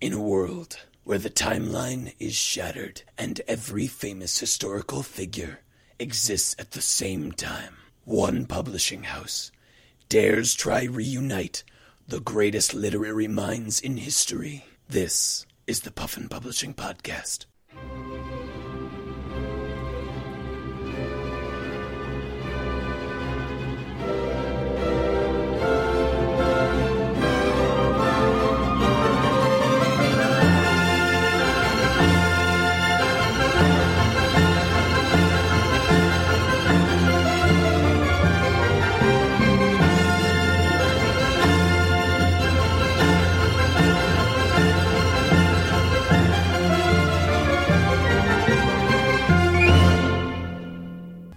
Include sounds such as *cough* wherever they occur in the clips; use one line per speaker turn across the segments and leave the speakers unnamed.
In a world where the timeline is shattered and every famous historical figure exists at the same time, one publishing house dares try reunite the greatest literary minds in history. This is the Puffin Publishing Podcast.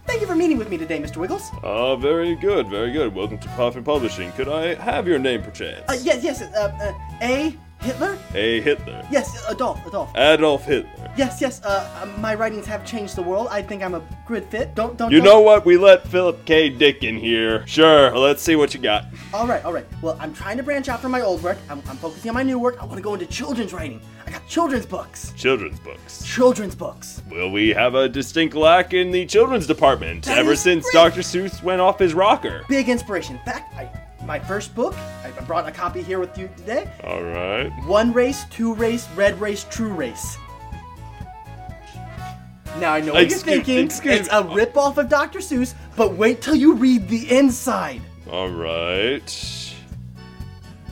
Thank you for meeting with me today, Mr. Wiggles.
Ah, very good, very good. Welcome to Puffin Publishing. Could I have your name, perchance?
Uh, yes, yes, uh, uh, A. Hitler?
Hey, Hitler.
Yes, Adolf, Adolf.
Adolf Hitler.
Yes, yes, uh, uh, my writings have changed the world. I think I'm a good fit. Don't, don't,
You
don't-
know what? We let Philip K. Dick in here. Sure, let's see what you got.
All right, all right. Well, I'm trying to branch out from my old work. I'm, I'm focusing on my new work. I want to go into children's writing. I got children's books.
Children's books.
Children's books.
Well, we have a distinct lack in the children's department
That
ever
is
since
great.
Dr. Seuss went off his rocker.
Big inspiration. In fact, I, my first book, I I brought a copy here with you today.
All right.
One race, two race, red race, true race. Now I know what
Excuse-
you're thinking.
excuse
it's
me.
a ripoff of Dr. Seuss, but wait till you read the inside.
All right.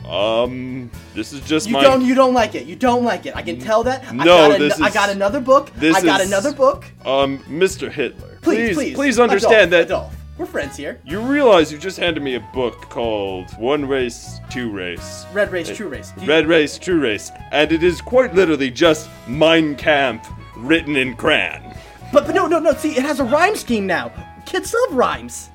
Um, this is just
You
my.
don't you don't like it. You don't like it. I can tell that. I
No,
got an-
this
I
is-
got another book.
this
I got
is-
another book.
um, Mr. Hitler.
Please, please,
please, understand
Adolf,
that.
Adolf. We're friends here.
You realize you just handed me a book called One Race, Two Race.
Red race, true race. Do you-
Red Race, True Race, and it is quite literally just Mein Kampf written in crayon.
But, but no, no, no. See, it has a rhyme scheme now. Kids love rhymes.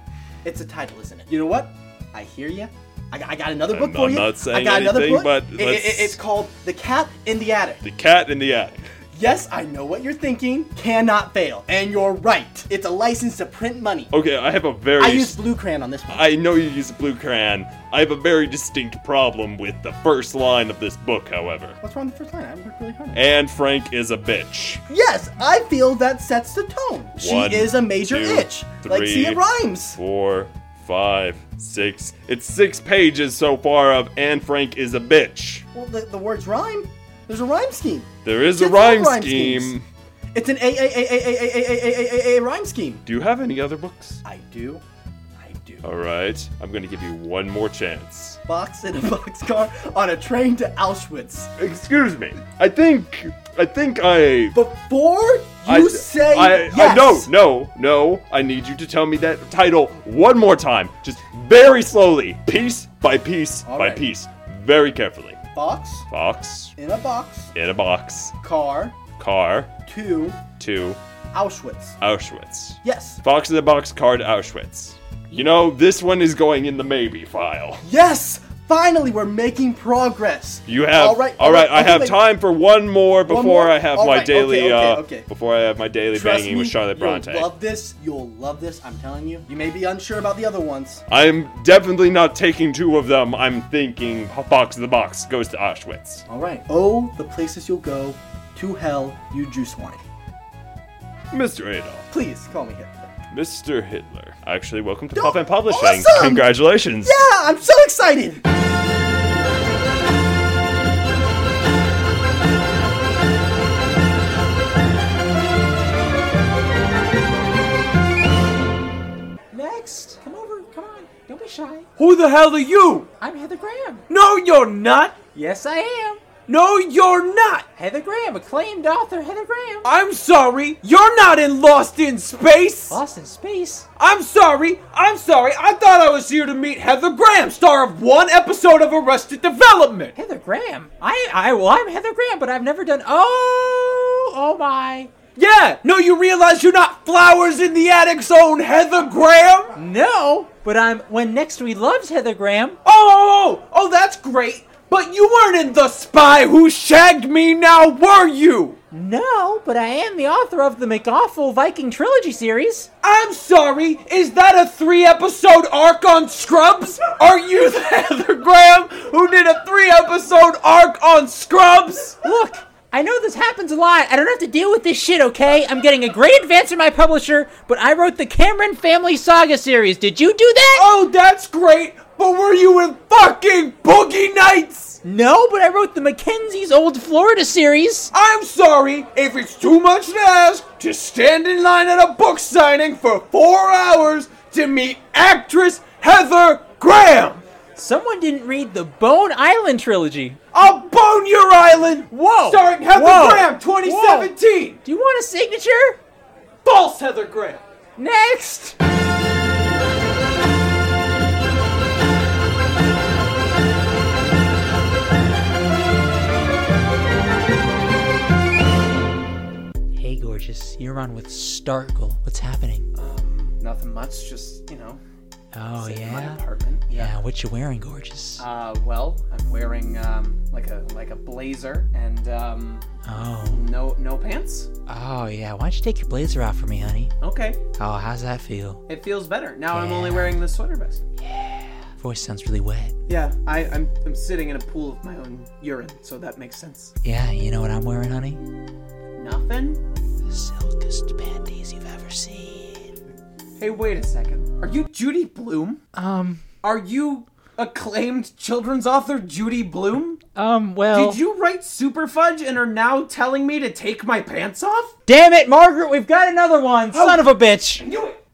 It's a title, isn't it? You know what? I hear you. I got, I got another book
I'm-
for
I'm
you.
not saying
I got another
anything,
book.
but
I- I- I-
let's-
it's called The Cat in the Attic.
The Cat in the Attic.
Yes, I know what you're thinking. Cannot fail. And you're right. It's a license to print money.
Okay, I have a very.
I use blue crayon on this one.
I know you use blue crayon. I have a very distinct problem with the first line of this book, however.
What's wrong with the first line? I worked really
*laughs*
hard. on it.
And Frank is a bitch.
Yes, I feel that sets the tone. She
One,
is a major
two,
itch. like, see,
three,
it rhymes.
Four, five, six. It's six pages so far of And Frank is a bitch.
Well, the, the words rhyme. There's a rhyme scheme.
There is a
Kids love
rhyme,
rhyme
scheme.
schemes. It's an a a a a a a a a a a a rhyme scheme.
Do you have any other books?
I do. I do.
All right, I'm gonna give you one more chance.
Box in a *laughs* boxcar on a train to Auschwitz.
Excuse me. I think I think I.
Before you
I,
say
I,
yes.
I no no no. I need you to tell me that title one more time, just very slowly, piece by piece
All
by
right.
piece, very carefully.
Box
Box
in a box
in a box,
car
car
to
to
Auschwitz.
Auschwitz.
Yes.
Fox in a box, car to Auschwitz. You know this one is going in the maybe file.
Yes! Finally, we're making progress.
You have
All right.
all right. I
okay,
have
wait.
time for one more before
more?
I have
All
my
right,
daily
okay, okay,
uh
okay.
before I have my daily
Trust
banging
me,
with Charlotte
you'll
Bronte.
love this. You'll love this. I'm telling you. You may be unsure about the other ones.
I'm definitely not taking two of them. I'm thinking Fox in the Box goes to Auschwitz.
All right. Oh, the places you'll go to hell, you juice wine.
Mr. Adolf,
Please call me Hitler.
Mr. Hitler. Actually, welcome to
Don't-
Puffin Publishing.
Awesome!
Congratulations.
Yeah, I'm so excited.
Next, come over, come on, don't be shy.
Who the hell are you?
I'm Heather Graham.
No, you're not.
Yes, I am.
No, you're not.
Heather Graham, acclaimed author Heather Graham.
I'm sorry. You're not in Lost in Space.
Lost in space.
I'm sorry. I'm sorry. I thought I was here to meet Heather Graham, star of one episode of Arrested Development.
Heather Graham. I, I, well, I'm Heather Graham, but I've never done. Oh, oh my.
Yeah. No, you realize you're not flowers in the attic's own Heather Graham.
No, but I'm. When next we loves Heather Graham.
Oh, oh, oh, oh. That's great. But you weren't in The Spy Who Shagged Me Now, were you?
No, but I am the author of the McAwful Viking trilogy series.
I'm sorry, is that a three episode arc on Scrubs? Are you the *laughs* Heather Graham who did a three episode arc on Scrubs?
Look, I know this happens a lot. I don't have to deal with this shit, okay? I'm getting a great advance from my publisher, but I wrote the Cameron Family Saga series. Did you do that?
Oh, that's great, but were you in fucking Boogie Nights?
No, but I wrote the Mackenzie's Old Florida series.
I'm sorry, if it's too much to ask to stand in line at a book signing for four hours to meet actress Heather Graham.
Someone didn't read the Bone Island trilogy.
I'll bone your island.
Whoa.
Starring Heather
Whoa.
Graham, 2017.
Do you want a signature?
False Heather Graham.
Next! Hey, gorgeous. You're on with Starkle. What's happening?
Um,
Nothing much, just, you know,
Oh,
sit in my
yeah?
apartment.
Yeah, what you wearing, gorgeous?
Uh, well, I'm wearing um, like a like a blazer and um,
Oh.
no no pants.
Oh, yeah. Why don't you take your blazer off for me, honey?
Okay,
Oh, how's that feel?
it feels better now. I'm
Yeah.
only wearing the sweater vest.
Voice sounds really wet.
Yeah, I, I'm I'm sitting in a pool of my own urine, so that makes sense.
Yeah, you know what I'm wearing, honey?
Nothing.
The silkest panties you've ever seen.
Hey, wait a second. Are you Judy Bloom?
Um,
Are you acclaimed children's author Judy Bloom?
um, well.
Did you write Super Fudge and are now telling me to take my pants off?
Damn it, Margaret, we've got another one.
Oh.
Son of a bitch.
Do it.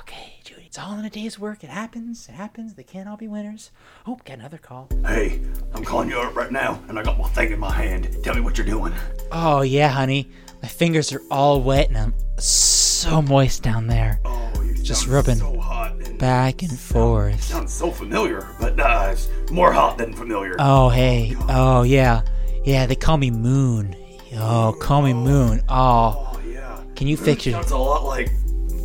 Okay, Judy, it's all in a day's work. It happens. It happens. They can't all be winners. Oh, got another call.
Hey, I'm calling you up right now, and I got my thing in my hand. Tell me what you're doing.
Oh, yeah, honey. My fingers are all wet and I'm so moist down there.
Oh, you
Just
sound
rubbing
So hot and
Back and forth.
sounds so familiar, but uh, it's more hot than familiar.
Oh, hey. Oh, yeah. Yeah, they call me Moon. Oh, call me Moon. Oh,
oh yeah.
can you fix your.
Sounds a lot like.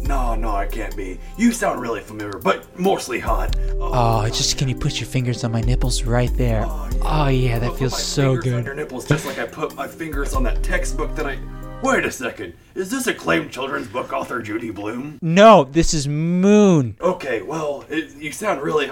No, no, I can't be. You sound really familiar, but mostly hot. Oh,
Oh, just can you put your fingers on my nipples right there? Oh, yeah,
I
that
put
feels
my
so
fingers On
good.
your nipples, just like I put my fingers on that textbook that I. Wait a second. Is this acclaimed children's book author Judy Bloom?
No, this is Moon.
Okay, well, it, you sound really.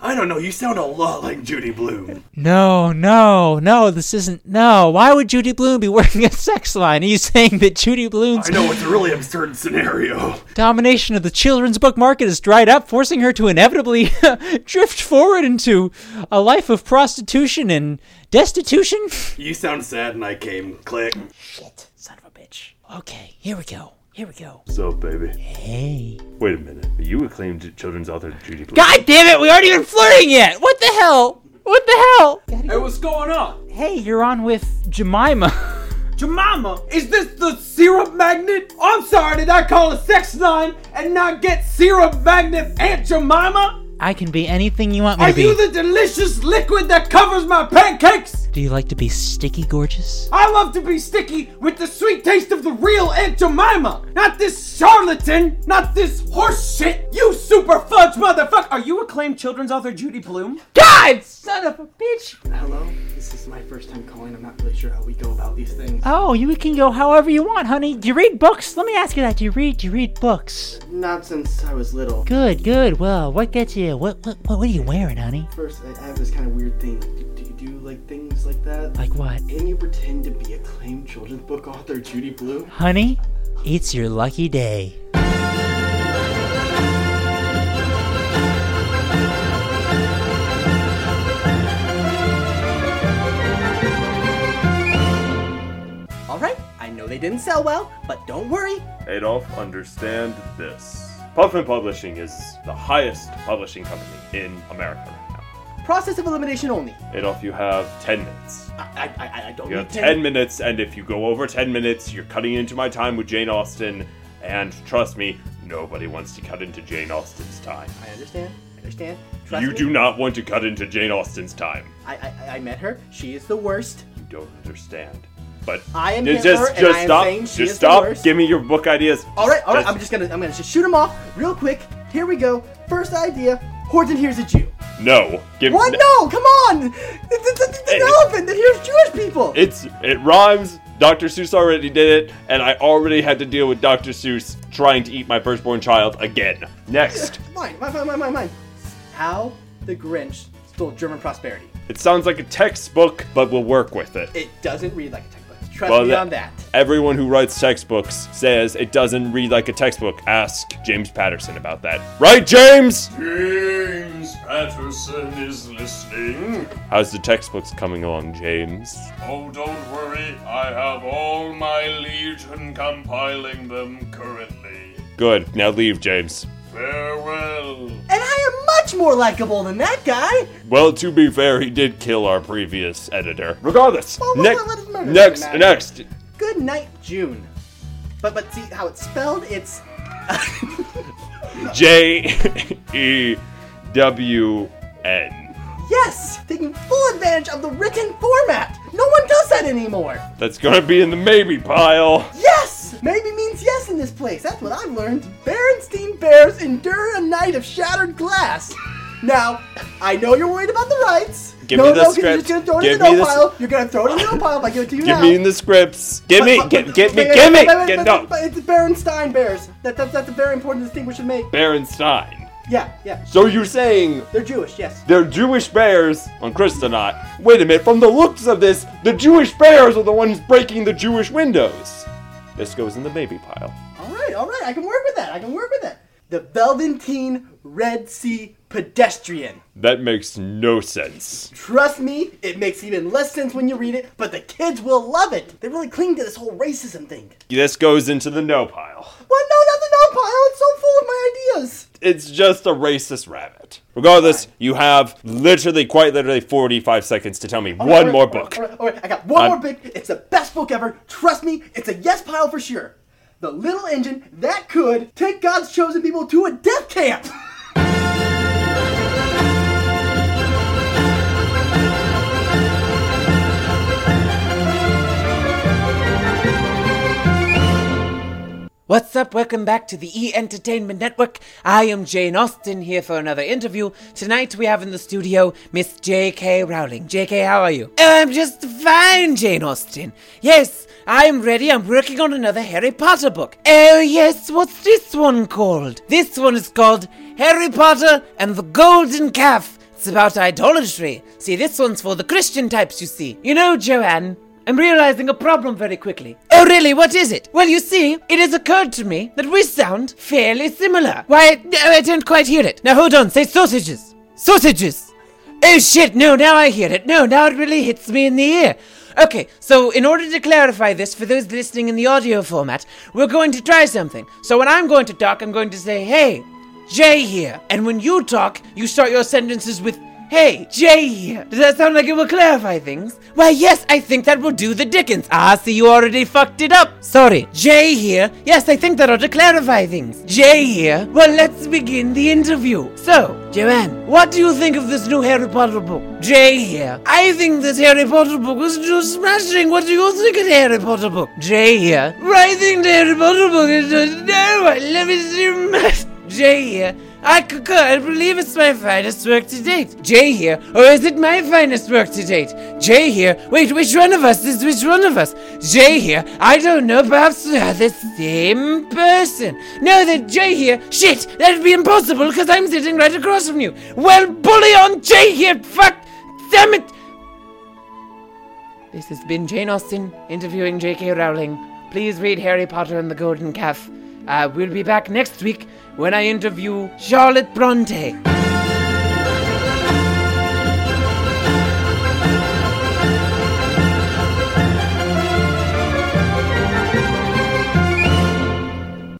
I don't know. You sound a lot like Judy Bloom.
No, no, no, this isn't. No, why would Judy Bloom be working at Sex Line? Are you saying that Judy Bloom's
I know it's a really absurd scenario.
domination of the children's book market has dried up, forcing her to inevitably *laughs* drift forward into a life of prostitution and destitution?
*laughs* You sound sad, and I came. Click.
Shit, son of a bitch. Okay, here we go. Here we go.
So, baby.
Hey.
Wait a minute. Are you acclaimed children's author Judy Bluth?
God damn it, we aren't even flirting yet! What the hell? What the hell?
Hey, what's going on?
Hey, you're on with Jemima. *laughs*
Jemima, is this the syrup magnet? I'm sorry, did I call a sex line and not get syrup magnet Aunt Jemima?
I can be anything you want me
Are
to be.
you the delicious liquid that covers my pancakes?
Do you like to be sticky gorgeous?
I love to be sticky with the sweet taste of the real Aunt Jemima, not this charlatan, not this horse shit. You super fudge motherfucker! Are you acclaimed children's author Judy Bloom?
God, son of a bitch!
Hello, this is my first time calling. I'm not really sure how we go about these things.
Oh, you can go however you want, honey. Do you read books? Let me ask you that. Do you read? Do you read books?
Not since I was little.
Good, good. Well, what gets you? What, what, what, what are you wearing, honey?
First, I I have this kind of weird thing. Do, do you do like things like that?
Like what,
and you pretend to be acclaimed children's book author Judy Bloom?
honey? It's your lucky day.
All right, I know they didn't sell well, but don't worry.
Adolf, understand this. Puffin Publishing is the highest publishing company in America right
Process of elimination only.
now. Adolf, you have 10 minutes.
I I, I, I don't
You
need
have
to.
10 minutes, and if you go over 10 minutes, you're cutting into my time with Jane Austen, and trust me, nobody wants to cut into Jane Austen's time.
I understand. I understand. Trust
you
me.
do not want to cut into Jane Austen's time.
I, I I met her. She is the worst.
You don't understand. But
I am
You
Hitler,
just,
and
just
I am
stop.
saying she
just
is the
stop.
worst. Oh.
Give me your book ideas.
All right, all right. I'm just gonna I'm gonna just shoot them off real quick. Here we go. First idea. Horton here's a Jew.
No. Give
What? No, come on! It's, it's, it's an
Hey.
elephant that hears Jewish people.
It's it rhymes. Dr. Seuss already did it, and I already had to deal with Dr. Seuss trying to eat my firstborn child again.
*laughs*
Next.
Mine, mine, mine, mine, mine, mine. How the Grinch Stole German Prosperity.
It sounds like a textbook, but we'll work with it.
It doesn't read like a textbook. Trust
Well,
me
that-
on that.
Everyone who writes textbooks says it doesn't read like a textbook. Ask James Patterson about that. Right, James?
James Patterson is listening.
How's the textbooks coming along, James?
Oh, don't worry, I have all my legion compiling them currently.
Good. Now leave, James.
Farewell.
And I am much more likable than that guy.
Well, to be fair, he did kill our previous editor. Regardless,
Well, well,
next,
well, it doesn't
next,
matter.
next.
Good night, June. But but see how it's spelled? It's
J E W N.
yes, taking full advantage of the written format. No one does that anymore.
That's gonna be in the maybe pile.
Yes! Maybe means yes in this place. That's what I've learned. Berenstein Bears endure a night of shattered glass. Now, I know you're worried about the rights.
Give
no,
me the
no, 'cause You're
script.
just gonna throw it
Give
in the
me
no
the s-
pile. You're gonna throw it in the no pile if I give it to you
Give
now.
me in the scripts. Give me,
But-
get,
but-
get me,
but-
give me,
but- but-
get
but-
no.
But it's Berenstein Bears. That, that, that's a very important distinction we should make.
Berenstein.
Yeah, yeah.
So you're saying
They're Jewish, yes.
they're Jewish bears on Kristonaut? Wait a minute. From the looks of this, the Jewish bears are the ones breaking the Jewish windows. This goes in the maybe pile.
All right, all right. I can work with that. I can work with that. The Velveteen Red Sea Pedestrian.
That makes no sense.
Trust me, it makes even less sense when you read it, but the kids will love it. They really cling to this whole racism thing.
This goes into the no pile.
Well, no, not the no pile. It's so full of my ideas.
It's just a racist rabbit. Regardless, you have literally, quite literally, 45 seconds to tell me
All
one
right,
more
all right,
book.
All right, all right, I got one
I'm-
more book. It's the best book ever. Trust me, it's a yes pile for sure. The little engine that could take God's chosen people to a death camp. *laughs*
What's up? Welcome back to the E Entertainment Network. I am Jane Austen here for another interview. Tonight we have in the studio Miss J.K. Rowling. J.K., how are you? Oh, I'm just fine, Jane Austen. Yes, I'm ready. I'm working on another Harry Potter book. Oh, yes, what's this one called? This one is called Harry Potter and the Golden Calf. It's about idolatry. See, this one's for the Christian types, you see. You know, Joanne, I'm realizing a problem very quickly. Oh, really? What is it? Well, you see, it has occurred to me that we sound fairly similar. Why, no, I don't quite hear it. Now, hold on, say sausages. Sausages! Oh, shit, no, now I hear it. No, now it really hits me in the ear. Okay, so in order to clarify this for those listening in the audio format, we're going to try something. So when I'm going to talk, I'm going to say, hey, Jay here. And when you talk, you start your sentences with, Hey, Jay here. Does that sound like it will clarify things? Why, yes, I think that will do the dickens. Ah, see, you already fucked it up. Sorry. Jay here. Yes, I think that ought to clarify things. Jay here. Well, let's begin the interview. So, Joanne, what do you think of this new Harry Potter book? Jay here. I think this Harry Potter book is just smashing. What do you think of the Harry Potter book? Jay here. I think the Harry Potter book is just. No, let me see. *laughs* Jay here. I concur. I believe it's my finest work to date. Jay here, or is it my finest work to date? Jay here. Wait, which one of us is which one of us? Jay here. I don't know. Perhaps they are the same person. No, that Jay here. Shit, that'd be impossible because I'm sitting right across from you. Well, bully on Jay here. Fuck, damn it. This has been Jane Austen interviewing J.K. Rowling. Please read Harry Potter and the Golden Calf. Uh, we'll be back next week when I interview Charlotte Bronte.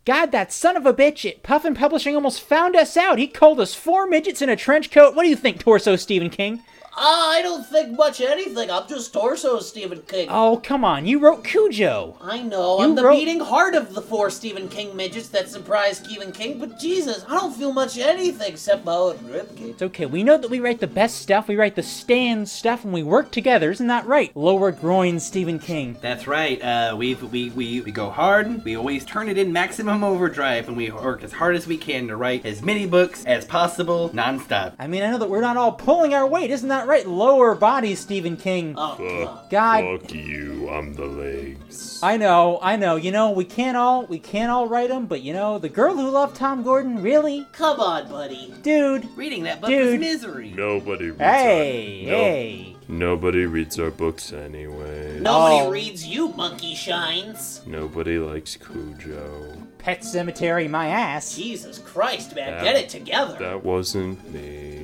God, that son of a bitch at Puffin Publishing almost found us out. He called us four midgets in a trench coat. What do you think, Torso Stephen King?
Ah, I don't think much of anything. I'm just torso Stephen King.
Oh, come on. You wrote Cujo.
I know.
You
I'm the
wrote-
beating heart of the four Stephen King midgets that surprised Stephen King, but Jesus, I don't feel much of anything except my own ribcage.
It's okay. We know that we write the best stuff. We write the stand stuff and we work together. Isn't that right? Lower groin Stephen King.
That's right. Uh, we've, we we we go hard. We always turn it in maximum overdrive, and we work as hard as we can to write as many books as possible, nonstop.
I mean, I know that we're not all pulling our weight. Isn't that right? Lower body Stephen King.
Oh,
God.
Fuck you.
you, I'm the legs.
I know, I know. You know, we can't all we can't all write them, but you know, the girl who loved Tom Gordon, really?
Come on, buddy.
Dude.
Reading that
book was Dude.
misery.
Nobody reads
Hey,
our, no-
hey.
Nobody reads our books anyway.
Nobody
Oh.
reads you, Monkey Shines.
Nobody likes Cujo.
Pet Cemetery, my ass.
Jesus Christ, man,
That-
get it together.
That wasn't me.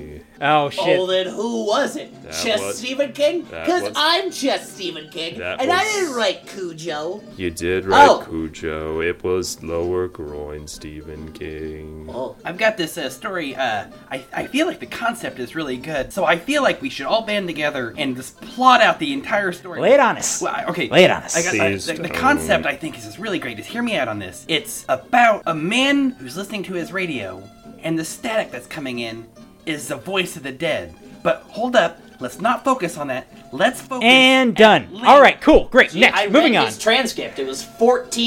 Oh
Oh, then who was it?
That
Chess
was-
Stephen King?
that
Because
was-
I'm Chess Stephen King,
That
and I
was-
didn't write Cujo.
You did write
Oh.
Cujo. It was lower groin Stephen King.
I've got this uh, story. Uh, I, I feel like the concept is really good, so I feel like we should all band together and just plot out the entire story.
Lay it on us.
Well, I- okay.
Lay it on us.
I got, I-
Please
the, the
don't.
concept I think is just really great. Just hear me out on this. It's about a man who's listening to his radio, and the static that's coming in is the voice of the dead. But hold up. Let's not focus on that. Let's focus.
And done. All right, cool, great. Next,
I
moving
read
on.
his transcript. It was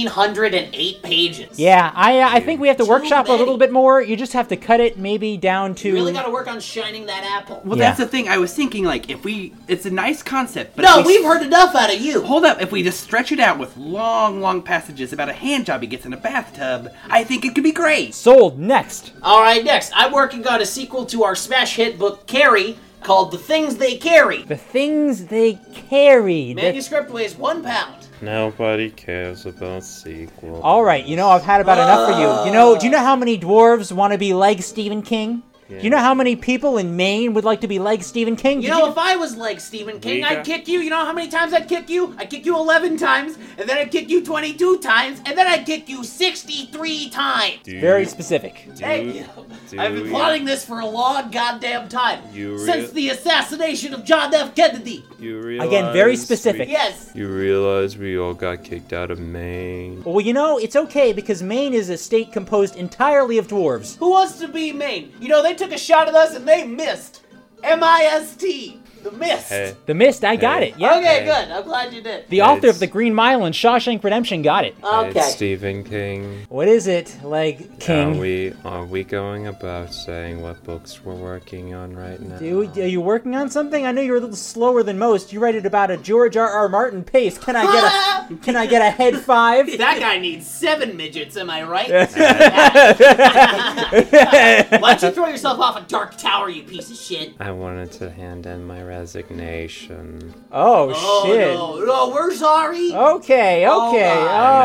1,408 pages.
Yeah, I uh, I think we have to workshop a little bit more. You just have to cut it maybe down to.
You really gotta work on shining that apple.
Well, that's the thing. I was thinking, like, if we, it's a nice concept, but
No,
if we,
we've heard enough out of you.
Hold up, if we just stretch it out with long, long passages about a hand job he gets in a bathtub, I think it could be great.
Sold. Next.
All right, next. I'm working on a sequel to our smash hit book, Carrie, called The Things They Carry.
The things they carry. the-
Manuscript weighs one pound.
Nobody cares about sequels.
All right, you know I've had about enough for you. You know, do you know how many dwarves want to be like Stephen King? Do you know how many people in Maine would like to be like Stephen King?
You
Did
know, if I was like Stephen King,
Mika?
I'd kick you. You know how many times I'd kick you? I'd kick you 11 times, and then I'd kick you 22 times, and then I'd kick you 63 times.
It's very specific.
Thank you.
do
I've been
you-
plotting this for a long goddamn time.
You
since
rea-
the assassination of John F. Kennedy.
You realize
Again, very
we-
specific.
Yes.
You realize we all got kicked out of Maine.
Well, you know, it's okay because Maine is a state composed entirely of dwarves.
Who wants to be Maine? You know, they took a shot at us and they missed. M I S T. The mist.
Hey.
The Mist, I got
Hey.
it. Yeah.
Okay, good. I'm glad you did.
The author of The Green Mile and Shawshank Redemption got it.
Okay.
It's Stephen King.
What is it? Like, King.
Are we are we going about saying what books we're working on right now?
Do you- are you working on something? I know you're a little slower than most. You write at about a George R. R. Martin pace. Can I get a Can I get a head five?
*laughs* That guy needs seven midgets, am I
*laughs*
right? Why'd you throw yourself off a dark tower, you piece of shit?
I wanted to hand in my resignation.
Oh, shit.
no, no, Oh, we're sorry.
Okay, okay.
All
Oh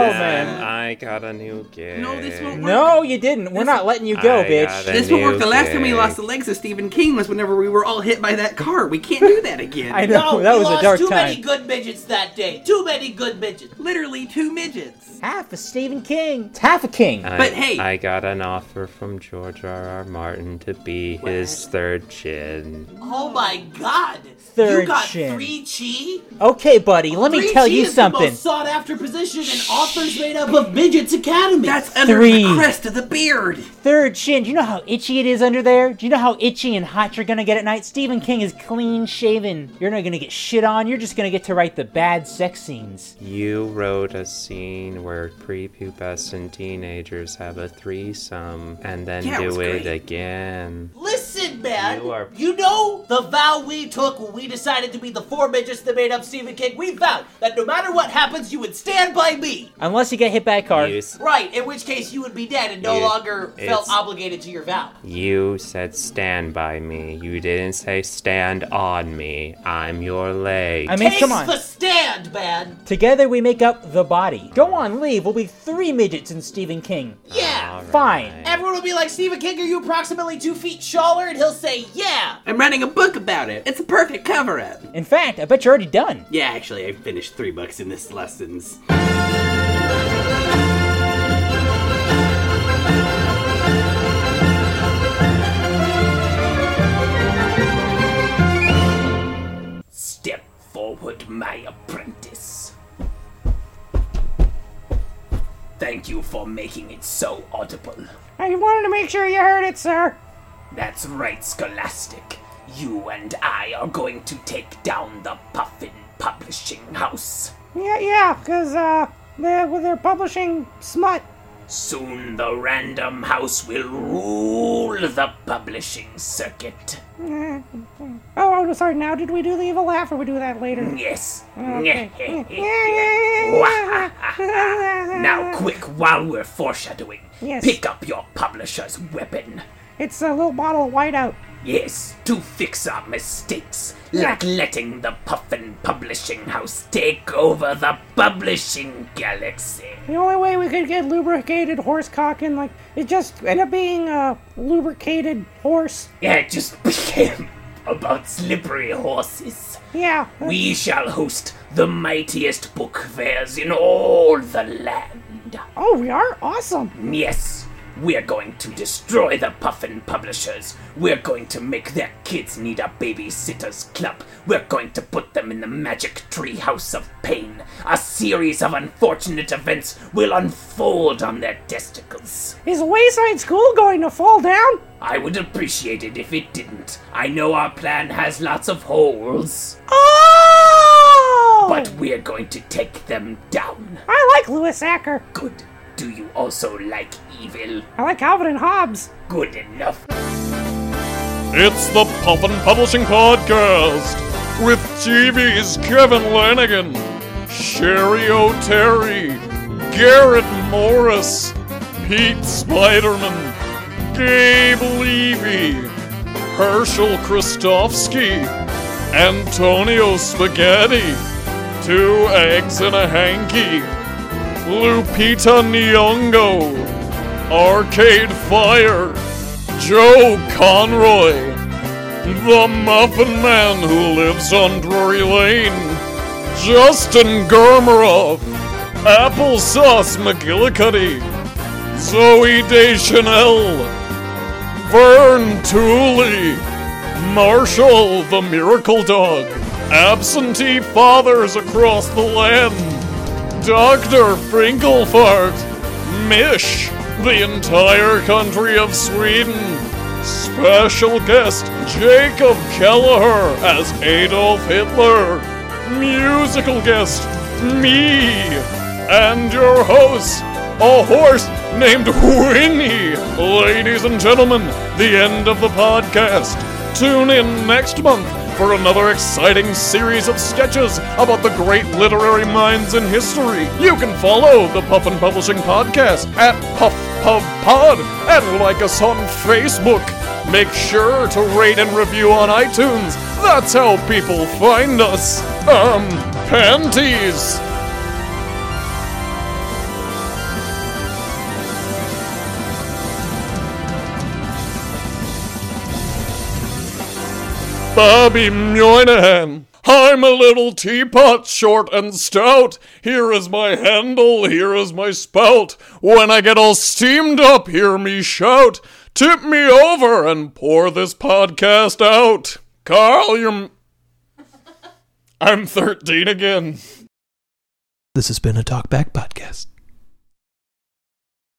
right.
man.
I got a new game. No, this
won't
No, you didn't. We're not letting you go,
I
bitch.
got it.
This will work. The last
Okay.
time we lost the legs of Stephen King was whenever we were all hit by that car. We can't do that again.
*laughs* I know,
No,
that
we
was a
lost
dark
too
time.
many good midgets that day. Too many good midgets.
Literally two midgets.
Half a Stephen King. It's half a king.
I, I got an offer from George R. R. Martin to be his third chin.
Oh my god.
Third
you got
chin.
three chi?
Okay, buddy, let me
Three
tell
chi
you
is the
something.
most sought after position in authors made up of midgets academy. That's
under Three. the crest
of the beard.
Third chin. Do you know how itchy it is under there? Do you know how itchy and hot you're gonna get at night? Stephen King is clean shaven. You're not gonna get shit on. You're just gonna get to write the bad sex scenes.
You wrote a scene where prepubescent teenagers have a threesome and then
Yeah, it was
do it
great.
again.
Listen, man.
You
You,
are-
know the vow we took when we decided to be the four midgets that made up Stephen King? We vowed that no matter what happens, you would stand by me.
Unless you get hit by a car.
Right, in which case you would be dead and no
Yeah,
longer
it's-
felt obligated to your vow.
You said stand by me. You didn't say stand on me. I'm your leg.
I mean,
Takes
come on.
the stand, man.
Together we make up the body. Go on, leave. We'll be three midgets in Stephen King.
Yeah.
Fine.
Everyone will be like, Stephen King, are you approximately two feet taller? And he'll say, yeah.
I'm writing a book about it. It's a perfect cover up.
In fact, I bet you're already done.
Yeah, actually, I finished three bucks in this lessons.
Step forward, my apprentice. Thank you for making it so audible.
I wanted to make sure you heard it, sir.
That's right, Scholastic. You and I are going to take down the Puffin Publishing House.
Yeah, yeah, because uh, they're, well, they're publishing smut.
Soon the Random House will rule the publishing
*laughs*
circuit. *laughs*
Oh, I'm sorry. Now, did we do the evil laugh, or we do that later?
Yes.
now,
*laughs* Now, quick, while we're foreshadowing,
Yes.
pick up your publisher's weapon.
It's a little bottle of whiteout.
Yes, to fix our mistakes, like letting the Puffin Publishing House take over the publishing galaxy.
The only way we could get lubricated horse cock in, like, it just ended up being a lubricated horse.
Yeah, it just became about slippery horses.
Yeah.
We shall host the mightiest book fairs in all the land.
Oh, we are awesome.
Yes, we're going to destroy the Puffin publishers. We're going to make their kids need a babysitter's club. We're going to put them in the magic treehouse of pain. A series of unfortunate events will unfold on their testicles.
Is Wayside School going to fall down?
I would appreciate it if it didn't. I know our plan has lots of holes.
Oh!
But we're going to take them down.
I like Lewis Acker.
Good. Do you also like evil?
I like Calvin and Hobbes.
Good enough.
It's the Puffin Publishing Podcast with GB's Kevin Lanigan, Sherry O'Terry, Garrett Morris, Pete Spiderman, Gabe Levy, Herschel Kristofsky, Antonio Spaghetti, Two Eggs in a Hanky, Lupita Nyongo, Arcade Fire, Joe Conroy, the Muffin Man who lives on Drury Lane, Justin Germerov, Applesauce McGillicuddy, Zoe Deschanel, Vern Tooley, Marshall the Miracle Dog, absentee fathers across the land, Dr. Frinklefart, Mish, the entire country of Sweden, special guest Jacob Kelleher as Adolf Hitler, musical guest me, and your host, a horse named Winnie. Ladies and gentlemen, the end of the podcast. Tune in next month for another exciting series of sketches about the great literary minds in history. You can follow the Puffin Publishing Podcast at Puff Pub Pod and like us on Facebook. Make sure to rate and review on iTunes. That's how people find us. Um, panties. Bobby Moynihan. I'm a little teapot, short and stout. Here is my handle, here is my spout. When I get all steamed up, hear me shout. Tip me over and pour this podcast out. Carl, you're. m- *laughs* I'm 13 again.
This has been a Talkback Podcast.